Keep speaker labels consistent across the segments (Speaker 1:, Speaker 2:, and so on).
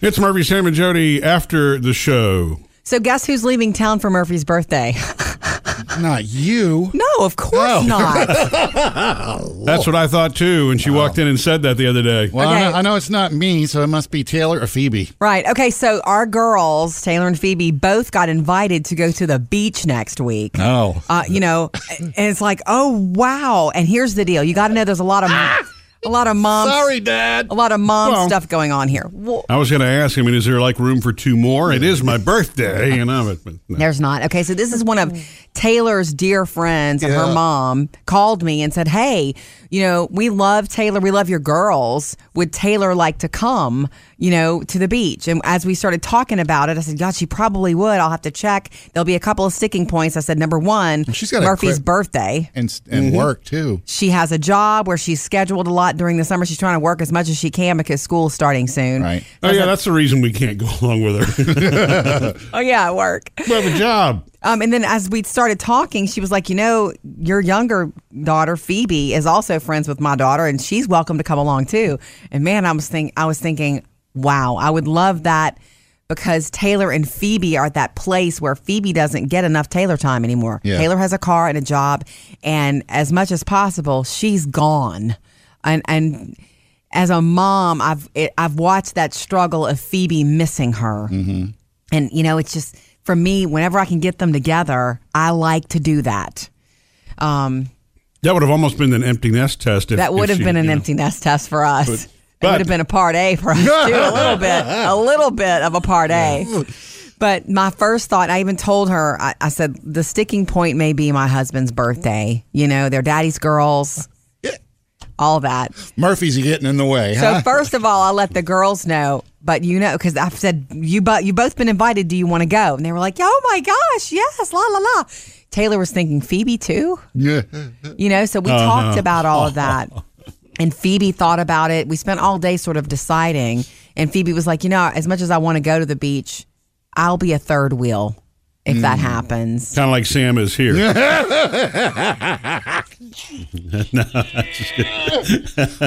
Speaker 1: It's Murphy, Sam, and Jody after the show.
Speaker 2: So guess who's leaving town for Murphy's birthday?
Speaker 3: Not you.
Speaker 2: no, of course not.
Speaker 1: That's what I thought too when she walked in and said that the other day.
Speaker 3: Well, I,
Speaker 2: Okay.
Speaker 3: know, I know it's not me, so it must be Taylor or Phoebe.
Speaker 2: right. Okay, so our girls, Taylor and Phoebe, both got invited to go to the beach next week.
Speaker 3: Oh.
Speaker 2: Uh, you know, and it's like, oh wow. And here's the deal. You got to know there's a lot of a lot of mom
Speaker 3: Sorry, Dad.
Speaker 2: a lot of mom
Speaker 1: Well.
Speaker 2: stuff going on here. Well,
Speaker 1: I was going to ask, I mean, is there like room for two more? It is my birthday, you know. But, but no.
Speaker 2: There's not. Okay, so this is one of Taylor's dear friends and her mom called me and said, "Hey, you know, we love Taylor. We love your girls. Would Taylor like to come, you know, to the beach?" And as we started talking about it, I said, "God, she probably would. I'll have to check. There'll be a couple of sticking points." I said, "Number 1,
Speaker 3: She's got a
Speaker 2: Murphy's
Speaker 3: quick-
Speaker 2: birthday.
Speaker 3: And, and work, too.
Speaker 2: She has a job where she's scheduled a lot during the summer. She's trying to work as much as she can because school's starting soon."
Speaker 3: Right.
Speaker 1: Oh, yeah, that's the reason we can't go along with her.
Speaker 2: Oh yeah, work.
Speaker 1: we have a job.
Speaker 2: Um, and then as we started talking, she was like, you know, your younger daughter Phoebe is also friends with my daughter, and she's welcome to come along too. And man, I was think I was thinking, wow, I would love that because Taylor and Phoebe are at that place where Phoebe doesn't get enough Taylor time anymore.
Speaker 3: Yeah.
Speaker 2: Taylor has a car and a job, and as much as possible, she's gone. And and as a mom, I've it, I've watched that struggle of Phoebe missing her. And you know, it's just for me. Whenever I can get them together, I like to do that. Um,
Speaker 1: That would have almost been an empty nest test. If,
Speaker 2: that would
Speaker 1: if
Speaker 2: have
Speaker 1: she-
Speaker 2: been an
Speaker 1: you know.
Speaker 2: empty nest test for us. it
Speaker 1: but-
Speaker 2: would have been a part A for us too, a little bit, a little bit of a part A. But my first thought, I even told her, I, I said, the sticking point may be my husband's birthday. You know, they're daddy's girls, all that.
Speaker 3: Murphy's getting in the way,
Speaker 2: So
Speaker 3: huh?
Speaker 2: first of all, I'll let the girls know. But you know, because I've said you, but you both been invited. Do you want to go? And they were like, "Oh my gosh, yes, la la la." Taylor was thinking Phoebe too.
Speaker 3: yeah.
Speaker 2: You know, so we talked about all of that. And Phoebe thought about it. We spent all day sort of deciding. And Phoebe was like, you know, as much as I want to go to the beach, I'll be a third wheel if that happens.
Speaker 1: Kind of like Sam is here.
Speaker 3: Whoa,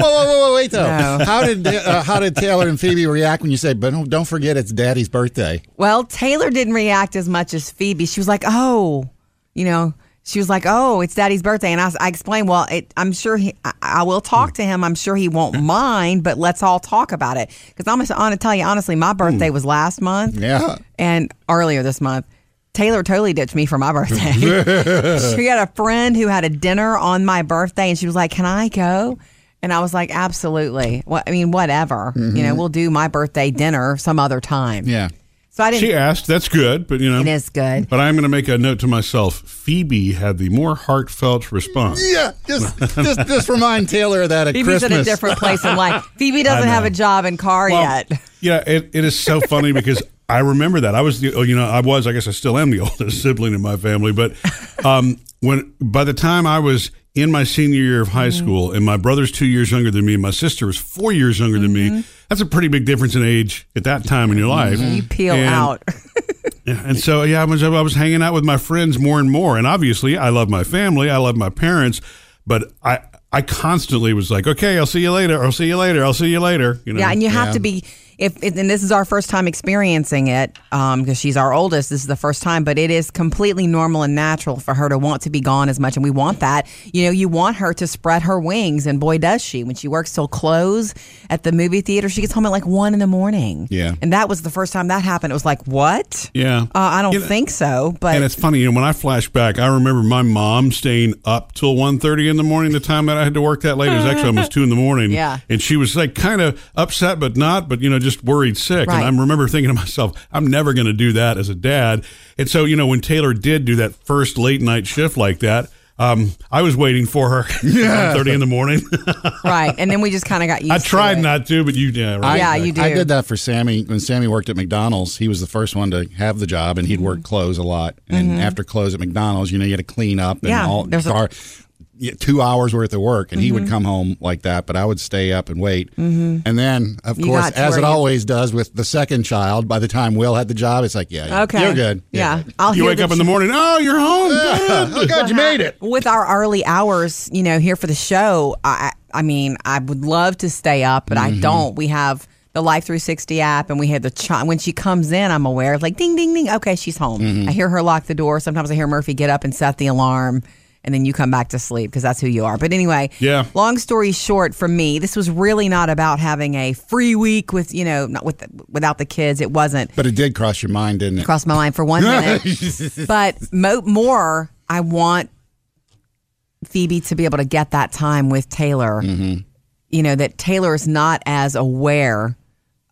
Speaker 3: whoa, whoa, whoa, wait, though.
Speaker 2: No.
Speaker 3: How did uh, how did Taylor and Phoebe react when you said, but don't- don't forget it's Daddy's birthday?
Speaker 2: Well, Taylor didn't react as much as Phoebe. She was like, oh, you know, she was like, oh, it's daddy's birthday. And I, I explained, well, it, I'm sure he, I, I will talk to him. I'm sure he
Speaker 3: Mm.
Speaker 2: won't mind, but let's all talk about it. Because I'm going to tell you, honestly, my birthday was last month.
Speaker 3: Mm. Yeah.
Speaker 2: And earlier this month, Taylor totally ditched me for my birthday. she had a friend who had a dinner on my birthday, and she was like, "Can I go?" And I was like, "Absolutely." Well, I mean, whatever. You know, we'll do my birthday dinner some other time.
Speaker 3: Mm-hmm. Yeah.
Speaker 2: So I
Speaker 1: She
Speaker 2: didn't.
Speaker 1: asked. That's good, but you know.
Speaker 2: It is good.
Speaker 1: But I'm going to make a note to myself. Phoebe had the more heartfelt response.
Speaker 3: Yeah. Just just, just remind Taylor of that at
Speaker 2: Phoebe's
Speaker 3: Christmas.
Speaker 2: at a different place in life. Phoebe doesn't have a job and car yet.
Speaker 1: Um, Yeah, it, it is so funny because I remember that I was the oh, you know I was I guess I still am the oldest sibling in my family, but um, when by the time I was in my senior year of
Speaker 2: Mm-hmm.
Speaker 1: high school and my brother's two years younger than me and my sister was four years younger than
Speaker 2: Mm-hmm.
Speaker 1: me, that's a pretty big difference in age at that time in your life.
Speaker 2: You peel
Speaker 1: And-
Speaker 2: out.
Speaker 1: yeah, and so yeah, I was I was hanging out with my friends more and more, and obviously I love my family, I love my parents, but I I constantly was like, okay, I'll see you later, I'll see you later, I'll see you later. You know,
Speaker 2: Yeah, and you have to be if, if and this is our first time experiencing it um because she's our oldest this is the first time but it is completely normal and natural for her to want to be gone as much and we want that you know you want her to spread her wings and boy does she when she works till close at the movie theater she gets home at like one in the morning
Speaker 3: Yeah.
Speaker 2: and that was the first time that happened it was like what
Speaker 1: Yeah.
Speaker 2: uh, I don't
Speaker 1: You know-
Speaker 2: think so but
Speaker 1: And it's funny, you know, when I flash back, I remember my mom staying up till 1.30 in the morning. The time that I had to work that late it was actually almost two in the morning.
Speaker 2: Yeah.
Speaker 1: and she was like kind of upset, but not, but you know, just worried sick.
Speaker 2: Right.
Speaker 1: And I remember thinking to myself, I'm never going to do that as a dad. And so, you know, when Taylor did do that first late night shift like that. Um, I was waiting for her yeah. 1.30 in the morning.
Speaker 2: right and then we just kind of got used
Speaker 1: I tried
Speaker 2: to it.
Speaker 1: not to, but you yeah, right.
Speaker 3: I-
Speaker 2: Yeah, you
Speaker 3: I
Speaker 2: do.
Speaker 3: did that for Sammy when Sammy worked at McDonald's. He was the first one to have the job, and he'd work
Speaker 2: Mm-hmm.
Speaker 3: clothes a lot. And after clothes at McDonald's, you know, you had to clean up and
Speaker 2: Yeah,
Speaker 3: all
Speaker 2: there's a- Mm-hmm.
Speaker 3: car, yeah, two hours worth of work. And he would come home like that, but I would stay up and wait. Mm-hmm. And then, of
Speaker 2: You
Speaker 3: course,
Speaker 2: got to
Speaker 3: as
Speaker 2: where
Speaker 3: it
Speaker 2: you-
Speaker 3: always does with the second child, by the time Will had the job, it's like, yeah,
Speaker 2: okay
Speaker 3: you're good. You're
Speaker 2: yeah,
Speaker 3: good.
Speaker 2: I'll
Speaker 1: you
Speaker 2: hear
Speaker 1: wake
Speaker 2: the
Speaker 1: up in the morning, oh, you're home. Good.
Speaker 3: Oh, God, you made it.
Speaker 2: with our early hours,
Speaker 3: Mm-hmm.
Speaker 2: you know, here for the show, I I mean, I would love to stay up, but I don't. We have the Life 360 app, and we had the chime. When she comes in, I'm aware of like ding, ding, ding. Okay, she's home.
Speaker 3: Mm-hmm.
Speaker 2: I hear her lock the door. Sometimes I hear Murphy get up and set the alarm, and then you come back to sleep because that's who you are. But anyway,
Speaker 1: Yeah.
Speaker 2: Long story short, for me, this was really not about having a free week with you know not with without the kids. It wasn't
Speaker 3: But it did cross your mind, didn't it?
Speaker 2: crossed my mind for one minute. but mo- more, I want Phoebe to be able to get that time with Taylor. You know, that Taylor is not as aware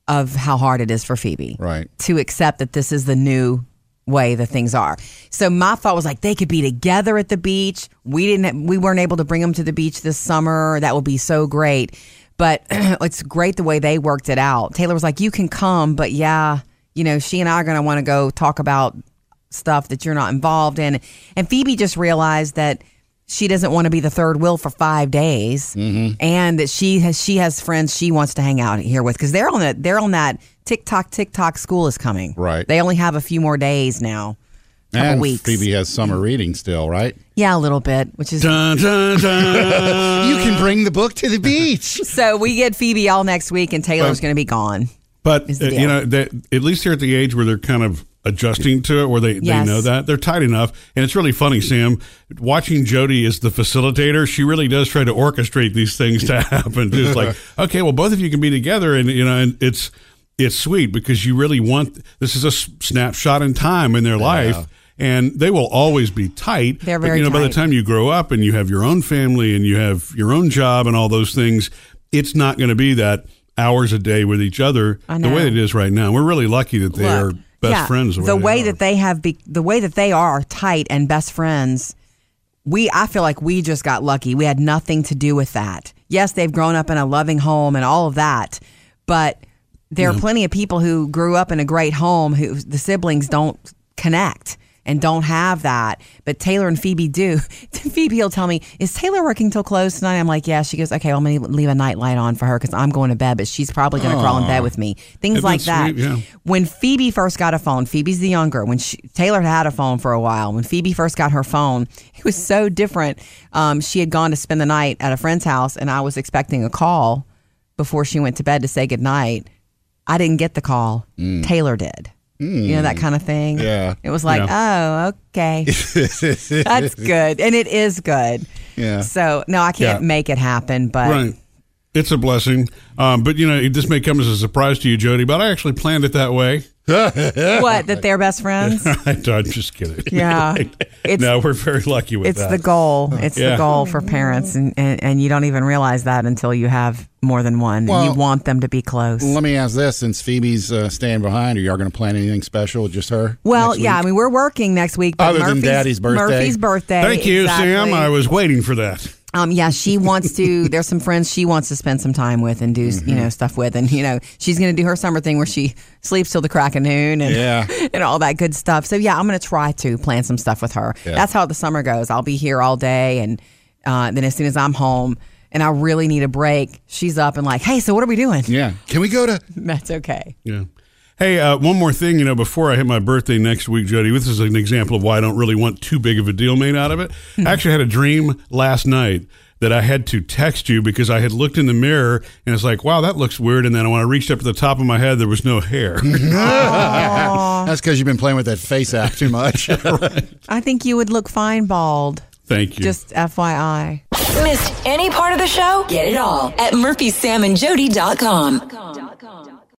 Speaker 2: of how hard it is for Phoebe
Speaker 3: Right.
Speaker 2: to accept that this is the new way that things are. So my thought was like they could be together at the beach. We didn't we weren't able to bring them to the beach this summer. That would be so great. But it's great the way they worked it out. Taylor was like you can come, but yeah, you know, she and I are going to want to go talk about stuff that you're not involved in. And Phoebe just realized that she doesn't want to be the third wheel for five days,
Speaker 3: Mm-hmm.
Speaker 2: and that she has she has friends she wants to hang out here with because they're on that they're on that TikTok TikTok school is coming.
Speaker 3: Right.
Speaker 2: They only have a few more days now, couple
Speaker 3: and
Speaker 2: weeks. Mm-hmm.
Speaker 3: Phoebe has summer reading still, right?
Speaker 2: Yeah, a little bit, which is
Speaker 1: Dun, dun, dun.
Speaker 3: you
Speaker 2: Uh,
Speaker 3: can bring the book to the beach.
Speaker 2: so we get Phoebe all next week, and Taylor's going to be gone.
Speaker 1: But
Speaker 2: Is
Speaker 1: uh,
Speaker 2: the
Speaker 1: you know, they, at least they're at the age where they're kind of adjusting to it, where they,
Speaker 2: Yes.
Speaker 1: they know that they're tight enough, and it's really funny. Sam watching Jody as the facilitator, she really does try to orchestrate these things to happen. It's like, okay, well, both of you can be together, and you know, and it's it's sweet because you really want this is a s- snapshot in time in their life. And they will always be tight.
Speaker 2: They're
Speaker 1: but,
Speaker 2: very
Speaker 1: you know, by the
Speaker 2: tight.
Speaker 1: time you grow up and you have your own family and you have your own job and all those things, it's not going to be that hours a day with each other
Speaker 2: I
Speaker 1: the
Speaker 2: know.
Speaker 1: way that it is right now. We're really lucky that they are
Speaker 2: Look,
Speaker 1: best
Speaker 2: yeah,
Speaker 1: friends.
Speaker 2: The way
Speaker 1: they
Speaker 2: that they have, be, the way that they are tight and best friends. We, I feel like we just got lucky. We had nothing to do with that. Yes, they've grown up in a loving home and all of that, but there are plenty of people who grew up in a great home who the siblings don't connect and don't have that. But Taylor and Phoebe do. Phoebe will tell me, "Is Taylor working till close tonight?" I'm like, "Yeah." She goes, "Okay, well, I'm gonna leave a night light on for her because I'm going to bed, but she's probably gonna crawl in bed with me." Things
Speaker 1: Isn't
Speaker 2: like
Speaker 1: that
Speaker 2: that.
Speaker 1: sweet? Yeah.
Speaker 2: When Phoebe first got a phone, Phoebe's the younger. When she, Taylor had had a phone for a while, when Phoebe first got her phone, it was so different. Um, she had gone to spend the night at a friend's house, and I was expecting a call before she went to bed to say goodnight. I didn't get the call. Taylor did. You know that kind of thing.
Speaker 3: Yeah.
Speaker 2: It was like, oh, okay, that's good, and it is good.
Speaker 3: Yeah.
Speaker 2: So no, I can't
Speaker 1: Yeah.
Speaker 2: make it happen, but
Speaker 1: right. It's a blessing, um, but you know this may come as a surprise to you, Jody. But I actually planned it that way.
Speaker 2: what? That they're best friends.
Speaker 1: I'm just kidding.
Speaker 2: Yeah. It's-
Speaker 1: no, we're very lucky with
Speaker 2: It's
Speaker 1: that.
Speaker 2: the goal.
Speaker 3: Oh,
Speaker 2: It's
Speaker 1: Yeah.
Speaker 2: the goal for parents, and, and, and you don't even realize that until you have more than one.
Speaker 3: Well-
Speaker 2: and you want them to be close.
Speaker 3: Let me ask this: since Phoebe's uh, staying behind, are y'all going to plan anything special with just her?
Speaker 2: well,
Speaker 3: next
Speaker 2: yeah,
Speaker 3: week?
Speaker 2: I mean, we're working next week. But
Speaker 3: Other than
Speaker 2: Murphy's,
Speaker 3: Daddy's birthday.
Speaker 2: Murphy's birthday.
Speaker 1: Thank you,
Speaker 2: exactly.
Speaker 1: Sam. I was waiting for that.
Speaker 2: Um, yeah, she wants to. There's some friends she wants to spend some time with and do you
Speaker 3: Mm-hmm.
Speaker 2: know stuff with, and you know she's going to do her summer thing where she sleeps till the crack of noon and
Speaker 3: Yeah.
Speaker 2: and all that good stuff. So yeah, I'm going to try to plan some stuff with her. That's how the summer goes. I'll be here all day, and uh, then as soon as I'm home and I really need a break, she's up and like, hey, so what are we doing?
Speaker 3: yeah. Can we go to?
Speaker 2: That's okay.
Speaker 1: Yeah. Hey, uh, one more thing, you know, before I hit my birthday next week, Jody, this is an example of why I don't really want too big of a deal made out of it. I actually had a dream last night that I had to text you because I had looked in the mirror and it's like, wow, that looks weird. And then when I reached up to the top of my head, there was no hair.
Speaker 3: That's because you've been playing with that face app too much.
Speaker 2: I think you would look fine bald.
Speaker 1: Thank you.
Speaker 2: Just FYI.
Speaker 4: Missed any part of the show? Get it all at murphysamandjody.com.